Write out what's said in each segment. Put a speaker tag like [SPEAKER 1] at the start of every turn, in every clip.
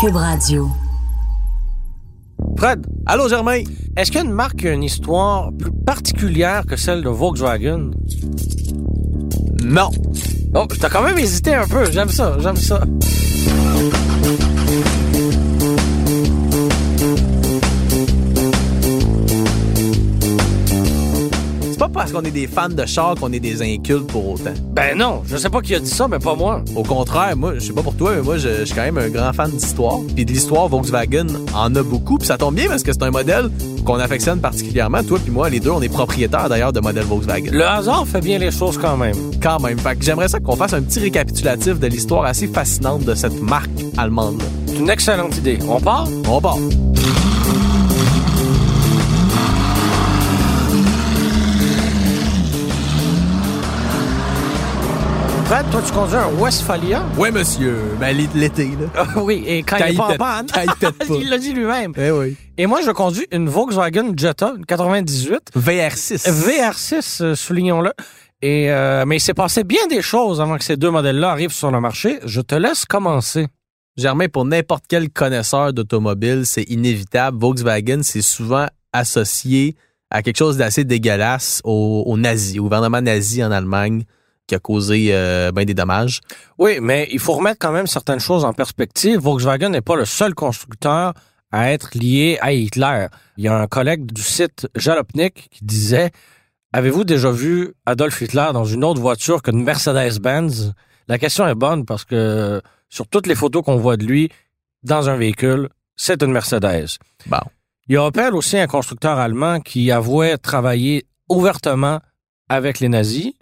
[SPEAKER 1] Cube Radio.
[SPEAKER 2] Fred, allô Germain, est-ce qu'une marque a une histoire plus particulière que celle de Volkswagen?
[SPEAKER 3] Non.
[SPEAKER 2] Oh, t'as quand même hésité un peu, j'aime ça, j'aime ça.
[SPEAKER 3] C'est pas parce qu'on est des fans de chars qu'on est des incultes pour autant.
[SPEAKER 2] Ben non, je sais pas qui a dit ça, mais pas moi.
[SPEAKER 3] Au contraire, moi, je sais pas pour toi, mais moi, je, je suis quand même un grand fan d'histoire. Puis de l'histoire, Volkswagen en a beaucoup. Puis ça tombe bien parce que c'est un modèle qu'on affectionne particulièrement. Toi puis moi, les deux, on est propriétaires d'ailleurs de modèles Volkswagen.
[SPEAKER 2] Le hasard fait bien les choses quand même.
[SPEAKER 3] Quand même. Fait que j'aimerais ça qu'on fasse un petit récapitulatif de l'histoire assez fascinante de cette marque allemande.
[SPEAKER 2] C'est une excellente idée. On part?
[SPEAKER 3] On part.
[SPEAKER 2] Fred, toi, tu conduis un Westphalia?
[SPEAKER 3] Ouais, monsieur. Ben, l'é- l'été, là.
[SPEAKER 2] Ah oui, et quand,
[SPEAKER 3] Quand
[SPEAKER 2] il est
[SPEAKER 3] il
[SPEAKER 2] pas en
[SPEAKER 3] pète-
[SPEAKER 2] panne.
[SPEAKER 3] quand il pète pas.
[SPEAKER 2] il l'a dit lui-même.
[SPEAKER 3] Eh oui.
[SPEAKER 2] Et moi, je conduis une Volkswagen Jetta, une 98,
[SPEAKER 3] VR6.
[SPEAKER 2] VR6, euh, soulignons-le. Et euh, mais il s'est passé bien des choses avant que ces deux modèles-là arrivent sur le marché. Je te laisse commencer.
[SPEAKER 3] Germain, pour n'importe quel connaisseur d'automobile, c'est inévitable. Volkswagen, c'est souvent associé à quelque chose d'assez dégueulasse aux, aux nazis, au gouvernement nazi en Allemagne qui a causé euh, ben des dommages.
[SPEAKER 2] Oui, mais il faut remettre quand même certaines choses en perspective. Volkswagen n'est pas le seul constructeur à être lié à Hitler. Il y a un collègue du site Jalopnik qui disait Avez-vous déjà vu Adolf Hitler dans une autre voiture qu'une Mercedes-Benz La question est bonne parce que sur toutes les photos qu'on voit de lui dans un véhicule, c'est une Mercedes.
[SPEAKER 3] Bon.
[SPEAKER 2] Il y a Opel aussi, un constructeur allemand qui avouait travailler ouvertement avec les nazis.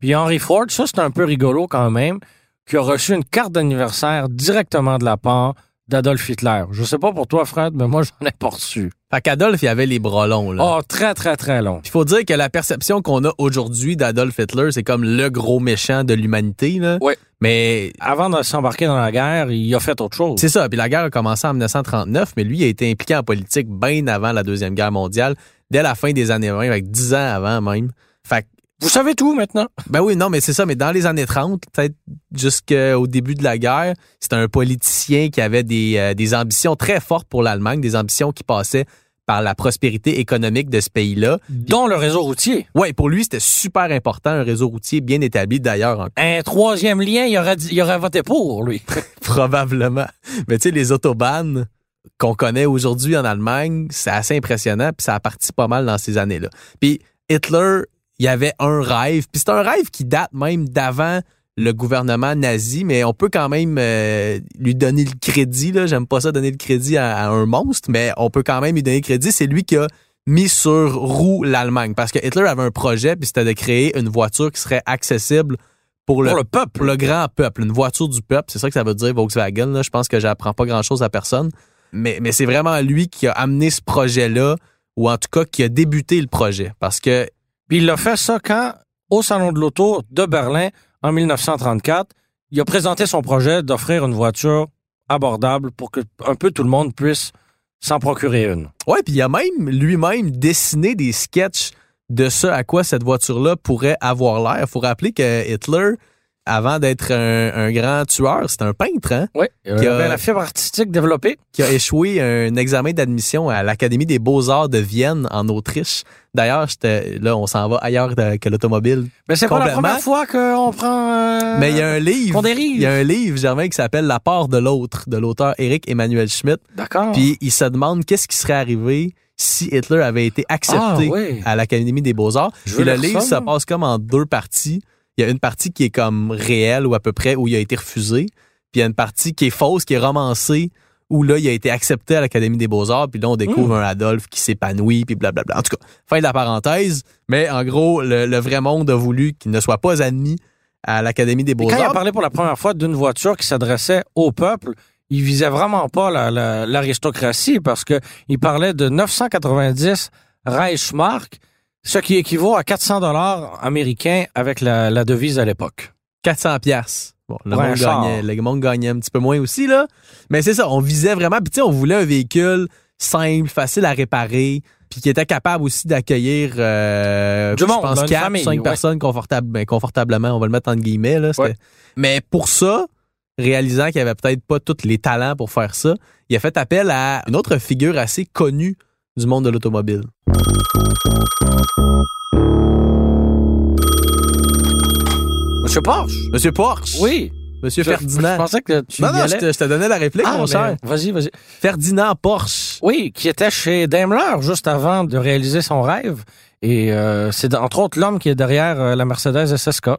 [SPEAKER 2] Puis Henry Ford, ça c'est un peu rigolo quand même, qui a reçu une carte d'anniversaire directement de la part d'Adolf Hitler. Je sais pas pour toi, Fred, mais moi j'en ai pas reçu.
[SPEAKER 3] Fait qu'Adolf, il y avait les bras longs. Là.
[SPEAKER 2] Oh, très très très long.
[SPEAKER 3] Il faut dire que la perception qu'on a aujourd'hui d'Adolf Hitler, c'est comme le gros méchant de l'humanité. là.
[SPEAKER 2] Ouais.
[SPEAKER 3] Mais
[SPEAKER 2] Avant de s'embarquer dans la guerre, il a fait autre chose.
[SPEAKER 3] C'est ça. Puis la guerre a commencé en 1939, mais lui il a été impliqué en politique bien avant la Deuxième Guerre mondiale, dès la fin des années 20, avec 10 ans avant même. Fait que-
[SPEAKER 2] Vous savez tout maintenant.
[SPEAKER 3] ben oui, non, mais c'est ça. Mais dans les années 30, peut-être jusqu'au début de la guerre, c'était un politicien qui avait des, euh, des ambitions très fortes pour l'Allemagne, des ambitions qui passaient par la prospérité économique de ce pays-là.
[SPEAKER 2] Dont le réseau routier.
[SPEAKER 3] Ouais, pour lui, c'était super important, un réseau routier bien établi d'ailleurs en
[SPEAKER 2] Un troisième lien, il aurait, dit- il aurait voté pour lui.
[SPEAKER 3] Probablement. Mais tu sais, les autobahnes qu'on connaît aujourd'hui en Allemagne, c'est assez impressionnant, puis ça a parti pas mal dans ces années-là. Puis Hitler, il y avait un rêve, puis c'est un rêve qui date même d'avant le gouvernement nazi, mais on peut quand même euh, lui donner le crédit, là. j'aime pas ça donner le crédit à, à un monstre, mais on peut quand même lui donner le crédit, c'est lui qui a mis sur roue l'Allemagne, parce que Hitler avait un projet, puis c'était de créer une voiture qui serait accessible pour le
[SPEAKER 2] Pour le peuple.
[SPEAKER 3] pour le grand peuple, une voiture du peuple. C'est ça que ça veut dire Volkswagen. Là. Je pense que j'apprends pas grand-chose à personne. Mais, mais c'est vraiment lui qui a amené ce projet-là, ou en tout cas qui a débuté le projet. Parce que
[SPEAKER 2] Puis il a fait ça quand, au Salon de l'Auto de Berlin, en 1934, il a présenté son projet d'offrir une voiture abordable pour que un peu tout le monde puisse s'en procurer une.
[SPEAKER 3] Ouais, puis il a même lui-même dessiné des sketchs de ce à quoi cette voiture-là pourrait avoir l'air. Faut rappeler que Hitler, avant d'être un, un grand tueur, c'est un peintre, hein,
[SPEAKER 2] Oui, il
[SPEAKER 3] Qui a-
[SPEAKER 2] avait la fibre artistique développée.
[SPEAKER 3] qui a échoué un examen d'admission à l'Académie des Beaux-Arts de Vienne, en Autriche. D'ailleurs, j'étais- là, on s'en va ailleurs de- que l'automobile.
[SPEAKER 2] Mais c'est pas la
[SPEAKER 3] Complètement.
[SPEAKER 2] première fois qu'on prend. euh,
[SPEAKER 3] Mais il y a un
[SPEAKER 2] qu'on
[SPEAKER 3] livre.
[SPEAKER 2] dérive.
[SPEAKER 3] Il y a un livre, Germain, qui s'appelle La part de l'autre, de l'auteur Éric Emmanuel Schmitt.
[SPEAKER 2] D'accord.
[SPEAKER 3] Puis il se demande qu'est-ce qui serait arrivé si Hitler avait été accepté
[SPEAKER 2] Ah, oui.
[SPEAKER 3] à l'Académie des Beaux-Arts.
[SPEAKER 2] Je veux
[SPEAKER 3] Puis le
[SPEAKER 2] lire ça,
[SPEAKER 3] livre se
[SPEAKER 2] moi.
[SPEAKER 3] passe comme en deux parties. Il y a une partie qui est comme réelle ou à peu près où il a été refusé. Puis il y a une partie qui est fausse, qui est romancée, où là, il a été accepté à l'Académie des Beaux-Arts. Puis là, on découvre
[SPEAKER 2] Hmm.
[SPEAKER 3] un Adolphe qui s'épanouit, puis blablabla. En tout cas, fin de la parenthèse. Mais en gros, le, le vrai monde a voulu qu'il ne soit pas admis à l'Académie des
[SPEAKER 2] Et quand il a
[SPEAKER 3] Beaux-Arts.
[SPEAKER 2] parlé pour la première fois d'une voiture qui s'adressait au peuple, il visait vraiment pas la- la- l'aristocratie parce que il parlait de 990 Reichsmark, ce qui équivaut à 400 dollars américains avec la, la devise à l'époque.
[SPEAKER 3] 400 pièces. Bon, le,
[SPEAKER 2] Pour un
[SPEAKER 3] monde
[SPEAKER 2] char.
[SPEAKER 3] gagnait, le monde gagnait un petit peu moins aussi, là. Mais c'est ça, on visait vraiment. Puis, tu sais, on voulait un véhicule simple, facile à réparer, puis qui était capable aussi d'accueillir, euh,
[SPEAKER 2] Du
[SPEAKER 3] je
[SPEAKER 2] monde,
[SPEAKER 3] pense,
[SPEAKER 2] une
[SPEAKER 3] 4
[SPEAKER 2] famille,
[SPEAKER 3] 5
[SPEAKER 2] ouais.
[SPEAKER 3] personnes confortable, ben, confortablement. On va le mettre entre guillemets, là. c'était-
[SPEAKER 2] Ouais.
[SPEAKER 3] Mais pour ça, réalisant qu'il avait peut-être pas tous les talents pour faire ça, il a fait appel à une autre figure assez connue du monde de l'automobile.
[SPEAKER 2] Monsieur Porsche.
[SPEAKER 3] Monsieur Porsche.
[SPEAKER 2] Oui.
[SPEAKER 3] Monsieur
[SPEAKER 2] Je-
[SPEAKER 3] Ferdinand.
[SPEAKER 2] Je pensais que tu
[SPEAKER 3] non,
[SPEAKER 2] y
[SPEAKER 3] non, je
[SPEAKER 2] allais.
[SPEAKER 3] te, je te donnais la réplique,
[SPEAKER 2] Ah,
[SPEAKER 3] mon
[SPEAKER 2] mais-
[SPEAKER 3] cher.
[SPEAKER 2] Vas-y, vas-y.
[SPEAKER 3] Ferdinand Porsche.
[SPEAKER 2] Oui, qui était chez Daimler juste avant de réaliser son rêve. Et euh, c'est entre autres l'homme qui est derrière euh, la Mercedes SSK.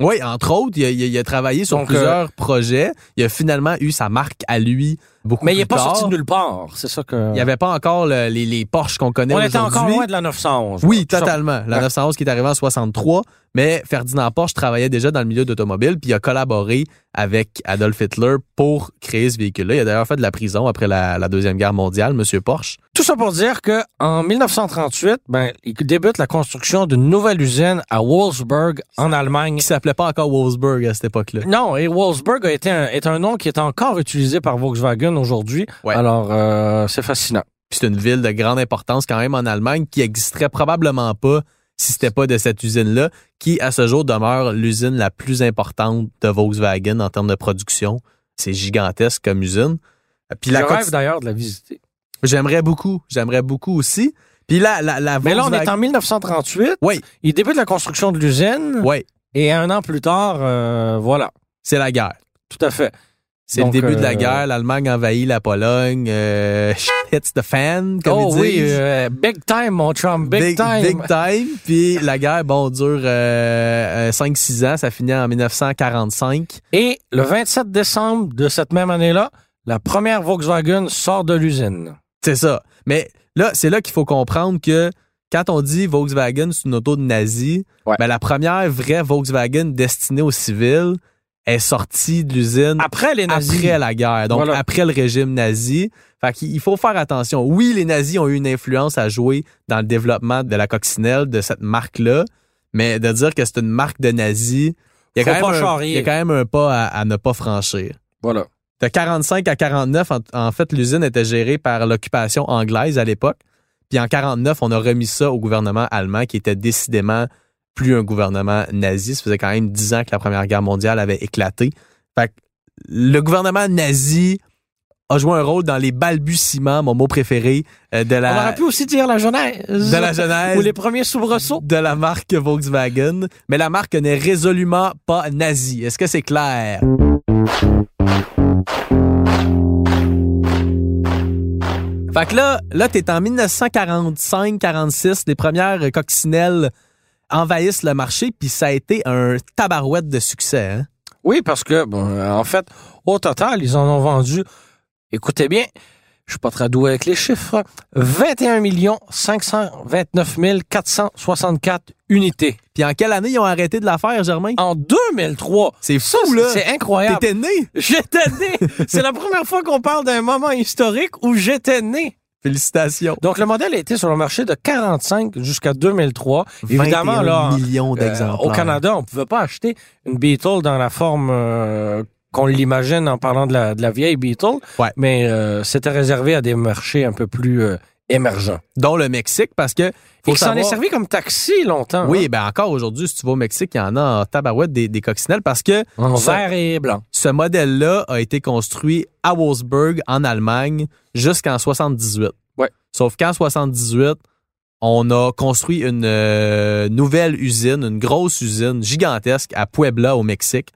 [SPEAKER 3] Oui, entre autres, il a, il a- il a travaillé sur
[SPEAKER 2] Donc, euh,
[SPEAKER 3] plusieurs projets. Il a finalement eu sa marque à lui beaucoup
[SPEAKER 2] Mais il
[SPEAKER 3] plus
[SPEAKER 2] n'est pas
[SPEAKER 3] tard.
[SPEAKER 2] sorti de nulle part. C'est ça que.
[SPEAKER 3] Il n'y avait pas encore le- les, les Porsche qu'on connaît
[SPEAKER 2] On
[SPEAKER 3] aujourd'hui.
[SPEAKER 2] était encore loin de la 911.
[SPEAKER 3] Oui,
[SPEAKER 2] Tout ça.
[SPEAKER 3] totalement. La
[SPEAKER 2] Ouais.
[SPEAKER 3] 911 qui est arrivée en 63, mais Ferdinand Porsche travaillait déjà dans le milieu d'automobile, puis il a collaboré avec Adolf Hitler pour créer ce véhicule-là. Il a d'ailleurs fait de la prison après la, la Deuxième Guerre mondiale, Monsieur Porsche.
[SPEAKER 2] Tout ça pour dire que en 1938, ben, il débute la construction d'une nouvelle usine à Wolfsburg en Allemagne.
[SPEAKER 3] Qui s'appelait pas encore Wolfsburg à cette époque-là.
[SPEAKER 2] Non, et Wolfsburg a été un, est un nom qui est encore utilisé par Volkswagen aujourd'hui.
[SPEAKER 3] Ouais.
[SPEAKER 2] Alors, euh, c'est fascinant.
[SPEAKER 3] Puis c'est une ville de grande importance quand même en Allemagne qui existerait probablement pas si c'était pas de cette usine-là, qui à ce jour demeure l'usine la plus importante de Volkswagen en termes de production. C'est gigantesque comme usine. Puis
[SPEAKER 2] Je
[SPEAKER 3] la
[SPEAKER 2] rêve d'ailleurs de la visiter.
[SPEAKER 3] J'aimerais beaucoup. J'aimerais beaucoup aussi. Puis là, la, la
[SPEAKER 2] Mais là, on est
[SPEAKER 3] Volkswagen-
[SPEAKER 2] en 1938.
[SPEAKER 3] Oui.
[SPEAKER 2] Il débute la construction de l'usine.
[SPEAKER 3] Ouais,
[SPEAKER 2] Et un an plus tard, euh, voilà,
[SPEAKER 3] c'est la guerre.
[SPEAKER 2] tout à fait.
[SPEAKER 3] C'est le
[SPEAKER 2] Donc,
[SPEAKER 3] début de
[SPEAKER 2] euh,
[SPEAKER 3] la guerre. L'Allemagne envahit la Pologne. Euh, hits the fan, comme
[SPEAKER 2] oh
[SPEAKER 3] ils
[SPEAKER 2] oui,
[SPEAKER 3] disent.
[SPEAKER 2] euh, big time, mon chum, big, time.
[SPEAKER 3] Big time. Puis la guerre, bon, dure euh, 5-6 ans. Ça finit en 1945.
[SPEAKER 2] Et le 27 décembre de cette même année-là, la première Volkswagen sort de l'usine.
[SPEAKER 3] C'est ça. Mais là, c'est là qu'il faut comprendre que quand on dit Volkswagen, c'est une auto de nazi,
[SPEAKER 2] Ouais.
[SPEAKER 3] ben, la première vraie Volkswagen destinée aux civils est sortie de l'usine
[SPEAKER 2] Après les nazis.
[SPEAKER 3] après la guerre, donc
[SPEAKER 2] Voilà.
[SPEAKER 3] après le régime nazi. Fait qu'il il faut faire attention. Oui, les nazis ont eu une influence à jouer dans le développement de la coccinelle, de cette marque-là, mais de dire que c'est une marque de nazis, il y, a
[SPEAKER 2] Faut
[SPEAKER 3] quand
[SPEAKER 2] pas
[SPEAKER 3] même un, il y a
[SPEAKER 2] charrier.
[SPEAKER 3] quand même un pas à, à ne pas franchir.
[SPEAKER 2] Voilà.
[SPEAKER 3] De 45 à 49, en, en fait, l'usine était gérée par l'occupation anglaise à l'époque. Puis en 49, on a remis ça au gouvernement allemand qui était décidément plus un gouvernement nazi. Ça faisait quand même 10 ans que la Première Guerre mondiale avait éclaté. Fait que le gouvernement nazi a joué un rôle dans les balbutiements, mon mot préféré, euh, de
[SPEAKER 2] On
[SPEAKER 3] la,
[SPEAKER 2] aurait pu aussi dire la genèse.
[SPEAKER 3] de la genèse
[SPEAKER 2] Ou les premiers soubresauts.
[SPEAKER 3] de la marque Volkswagen. Mais la marque n'est résolument pas nazie. Est-ce que c'est clair? Fait que là, là t'es en 1945-46, les premières coccinelles envahissent le marché, puis ça a été un tabarouette de succès. hein?
[SPEAKER 2] Oui, parce que, bon, euh, en fait, au total, ils en ont vendu, écoutez bien, je suis pas très doué avec les chiffres, 21 529 464 unités.
[SPEAKER 3] Puis en quelle année ils ont arrêté de la faire, Germain?
[SPEAKER 2] En 2003,
[SPEAKER 3] C'est
[SPEAKER 2] ça,
[SPEAKER 3] fou,
[SPEAKER 2] c'est-
[SPEAKER 3] là!
[SPEAKER 2] c'est incroyable.
[SPEAKER 3] T'étais né!
[SPEAKER 2] J'étais né! C'est la première fois qu'on parle d'un moment historique où j'étais né.
[SPEAKER 3] Félicitations!
[SPEAKER 2] Donc, le modèle a été sur le marché de 45 jusqu'à 2003. Évidemment,
[SPEAKER 3] 21
[SPEAKER 2] là, en-
[SPEAKER 3] millions
[SPEAKER 2] euh,
[SPEAKER 3] d'exemplaires.
[SPEAKER 2] au Canada, on ne pouvait pas acheter une Beetle dans la forme euh, qu'on l'imagine en parlant de la, de la vieille Beetle.
[SPEAKER 3] Ouais.
[SPEAKER 2] Mais euh, c'était réservé à des marchés un peu plus euh, émergents.
[SPEAKER 3] dont le Mexique, parce que
[SPEAKER 2] Et
[SPEAKER 3] faut
[SPEAKER 2] qui s'en est
[SPEAKER 3] savoir-
[SPEAKER 2] servi comme taxi longtemps.
[SPEAKER 3] Oui, ben encore aujourd'hui, si tu vas au Mexique, il y en a en tabarouette des, des coccinelles parce que
[SPEAKER 2] hein, en
[SPEAKER 3] ça-
[SPEAKER 2] vert et blanc.
[SPEAKER 3] ce modèle-là a été construit à Wolfsburg, en Allemagne, jusqu'en 78.
[SPEAKER 2] Ouais.
[SPEAKER 3] Sauf qu'en 78, on a construit une euh, nouvelle usine, une grosse usine gigantesque à Puebla, au Mexique.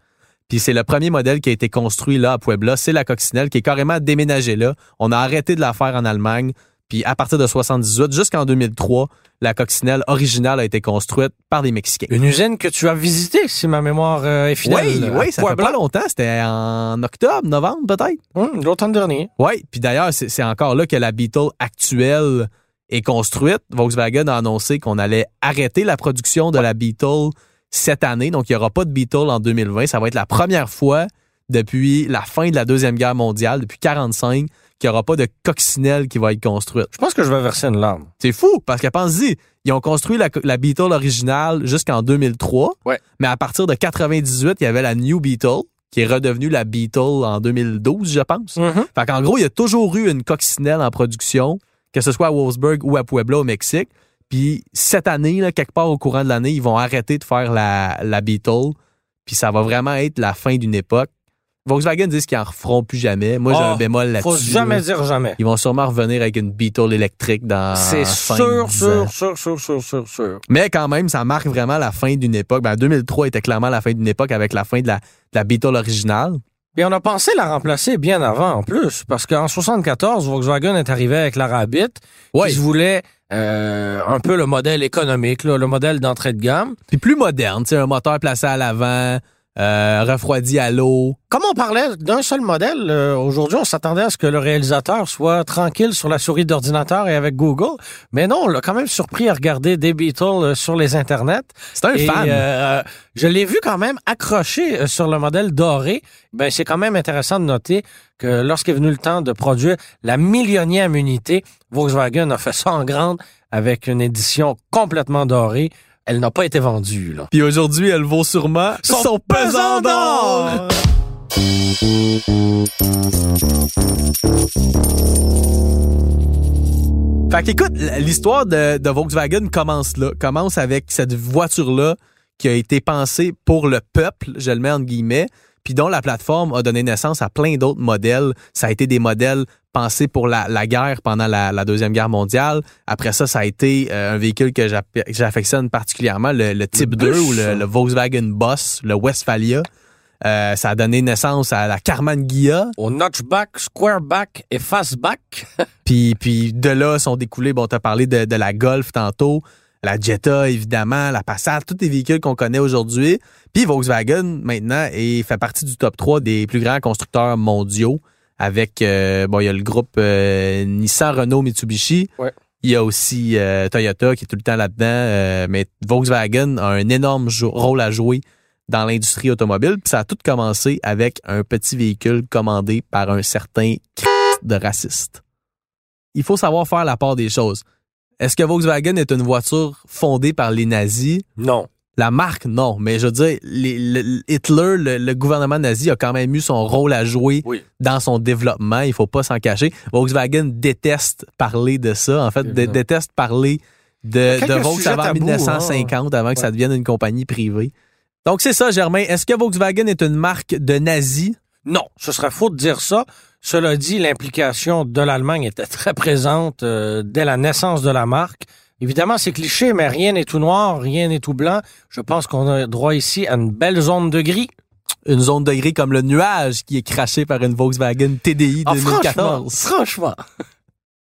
[SPEAKER 3] Puis c'est le premier modèle qui a été construit là à Puebla. C'est la coccinelle qui est carrément déménagée là. On a arrêté de la faire en Allemagne. Puis à partir de 78 jusqu'en 2003, la coccinelle originale a été construite par des Mexicains.
[SPEAKER 2] Une usine que tu as visitée, si ma mémoire euh, est fidèle.
[SPEAKER 3] Oui, oui,
[SPEAKER 2] À
[SPEAKER 3] ça fait
[SPEAKER 2] Puebla.
[SPEAKER 3] pas longtemps. C'était en octobre, novembre peut-être.
[SPEAKER 2] Hum, L'automne dernier.
[SPEAKER 3] Oui, puis d'ailleurs, c'est c'est encore là que la Beetle actuelle est construite. Volkswagen a annoncé qu'on allait arrêter la production de la Beetle cette année. Donc, il n'y aura pas de Beetle en 2020. Ça va être la première fois depuis la fin de la Deuxième Guerre mondiale, depuis 45, qu'il n'y aura pas de coccinelle qui va être construite.
[SPEAKER 2] Je pense que je vais verser une larme.
[SPEAKER 3] C'est fou, parce que pense-y, ils ont construit la, la Beetle originale jusqu'en 2003.
[SPEAKER 2] Ouais.
[SPEAKER 3] Mais à partir de 98, il y avait la New Beetle, qui est redevenue la Beetle en 2012, je pense.
[SPEAKER 2] Mm.
[SPEAKER 3] Fait qu'en gros, il y a toujours eu une coccinelle en production, que ce soit à Wolfsburg ou à Puebla au Mexique. Puis cette année, là, quelque part au courant de l'année, ils vont arrêter de faire la, la Beetle. Puis ça va vraiment être la fin d'une époque. Volkswagen disent qu'ils en referont plus jamais. Moi, j'ai
[SPEAKER 2] Ah,
[SPEAKER 3] un bémol là-dessus.
[SPEAKER 2] Faut jamais
[SPEAKER 3] là.
[SPEAKER 2] dire jamais.
[SPEAKER 3] Ils vont sûrement revenir avec une Beetle électrique dans
[SPEAKER 2] C'est
[SPEAKER 3] Ah, cinq,
[SPEAKER 2] sûr,
[SPEAKER 3] dix ans.
[SPEAKER 2] sûr, sûr, sûr, sûr, sûr, sûr.
[SPEAKER 3] Mais quand même, ça marque vraiment la fin d'une époque. Ben, 2003 était clairement la fin d'une époque avec la fin de la, de la Beetle originale.
[SPEAKER 2] Et on a pensé la remplacer bien avant, en plus, parce qu'en 74, Volkswagen est arrivé avec la Rabbit,
[SPEAKER 3] Ouais.
[SPEAKER 2] qui se voulait euh, un peu le modèle économique, là, le modèle d'entrée de gamme.
[SPEAKER 3] Puis plus moderne, tu sais, un moteur placé à l'avant, euh, refroidi à l'eau.
[SPEAKER 2] Comme on parlait d'un seul modèle, euh, aujourd'hui, on s'attendait à ce que le réalisateur soit tranquille sur la souris d'ordinateur et avec Google. Mais non, on l'a quand même surpris à regarder des Beatles euh, sur les internets.
[SPEAKER 3] C'est un
[SPEAKER 2] Et,
[SPEAKER 3] fan.
[SPEAKER 2] euh, je l'ai vu quand même accroché euh, sur le modèle doré. Ben, c'est quand même intéressant de noter que lorsqu'est venu le temps de produire la millionième unité, Volkswagen a fait ça en grande avec une édition complètement dorée. Elle n'a pas été vendue, là.
[SPEAKER 3] Puis aujourd'hui, elle vaut sûrement son, pesant d'or. Fait qu'écoute, l- l'histoire de, de Volkswagen commence là. Commence avec cette voiture-là qui a été pensée pour le peuple, je le mets en guillemets, puis dont la plateforme a donné naissance à plein d'autres modèles. Ça a été des modèles pensés pour la, la guerre pendant la, la Deuxième Guerre mondiale. Après ça, ça a été euh, un véhicule que j'appe- que j'affectionne particulièrement, le, le Type
[SPEAKER 2] Le
[SPEAKER 3] 2
[SPEAKER 2] bus.
[SPEAKER 3] ou le, le Volkswagen Boss, le Westphalia. Euh, ça a donné naissance à la Carman Ghia.
[SPEAKER 2] Au notchback, squareback et fastback.
[SPEAKER 3] Puis, puis de là sont découlés, bon, t'as parlé de, de la Golf tantôt, la Jetta évidemment, la Passat, tous les véhicules qu'on connaît aujourd'hui. Puis Volkswagen maintenant et fait partie du top 3 des plus grands constructeurs mondiaux avec, euh, bon, il y a le groupe euh, Nissan, Renault, Mitsubishi.
[SPEAKER 2] Ouais.
[SPEAKER 3] Il y a aussi euh, Toyota qui est tout le temps là-dedans, euh, mais Volkswagen a un énorme jo- rôle à jouer dans l'industrie automobile. Puis ça a tout commencé avec un petit véhicule commandé par un certain de raciste. Il faut savoir faire la part des choses. Est-ce que Volkswagen est une voiture fondée par les nazis?
[SPEAKER 2] Non.
[SPEAKER 3] La marque, non. Mais je veux dire, les- le- Hitler, le, le gouvernement nazi a quand même eu son rôle à jouer
[SPEAKER 2] Oui.
[SPEAKER 3] dans son développement. Il faut pas s'en cacher. Volkswagen déteste parler de ça. En fait, dé-
[SPEAKER 2] Évidemment.
[SPEAKER 3] déteste parler
[SPEAKER 2] y a
[SPEAKER 3] de,
[SPEAKER 2] quelques
[SPEAKER 3] de
[SPEAKER 2] sujets
[SPEAKER 3] Volkswagen en
[SPEAKER 2] tabous, hein.
[SPEAKER 3] 1950 avant que ça devienne une compagnie privée. Donc, c'est ça, Germain. Est-ce que Volkswagen est une marque de nazis?
[SPEAKER 2] Non, ce serait faux de dire ça. Cela dit, l'implication de l'Allemagne était très présente euh, dès la naissance de la marque. Évidemment, c'est cliché, mais rien n'est tout noir, rien n'est tout blanc. Je pense qu'on a droit ici à une belle zone de gris.
[SPEAKER 3] une zone de gris comme le nuage qui est craché par une Volkswagen TDI
[SPEAKER 2] Ah, franchement,
[SPEAKER 3] 2014.
[SPEAKER 2] franchement.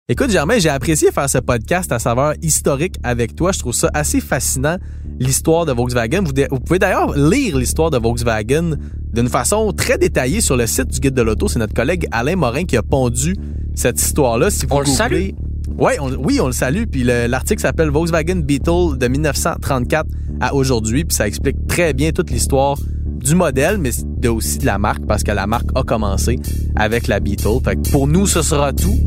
[SPEAKER 3] Écoute, Germain, j'ai apprécié faire ce podcast à saveur historique avec toi. Je trouve ça assez fascinant, l'histoire de Volkswagen. Vous, dé- vous pouvez d'ailleurs lire l'histoire de Volkswagen d'une façon très détaillée sur le site du Guide de l'Auto. C'est notre collègue Alain Morin qui a pondu cette histoire-là. Si vous
[SPEAKER 2] On le
[SPEAKER 3] googlez-
[SPEAKER 2] salue.
[SPEAKER 3] Ouais, on- oui, on le salue. Puis le- l'article s'appelle Volkswagen Beetle de 1934 à aujourd'hui. Puis ça explique très bien toute l'histoire du modèle, mais de- aussi de la marque, parce que la marque a commencé avec la Beetle. Fait que pour nous, ce sera tout.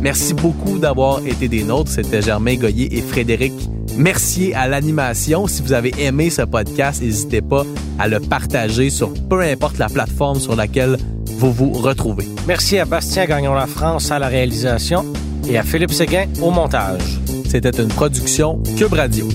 [SPEAKER 3] Merci beaucoup d'avoir été des nôtres. C'était Germain Goyer et Frédéric Mercier à l'animation. Si vous avez aimé ce podcast, n'hésitez pas à le partager sur peu importe la plateforme sur laquelle vous vous retrouvez.
[SPEAKER 2] Merci à Bastien Gagnon La France à la réalisation et à Philippe Séguin au montage.
[SPEAKER 3] C'était une production Cube Radio.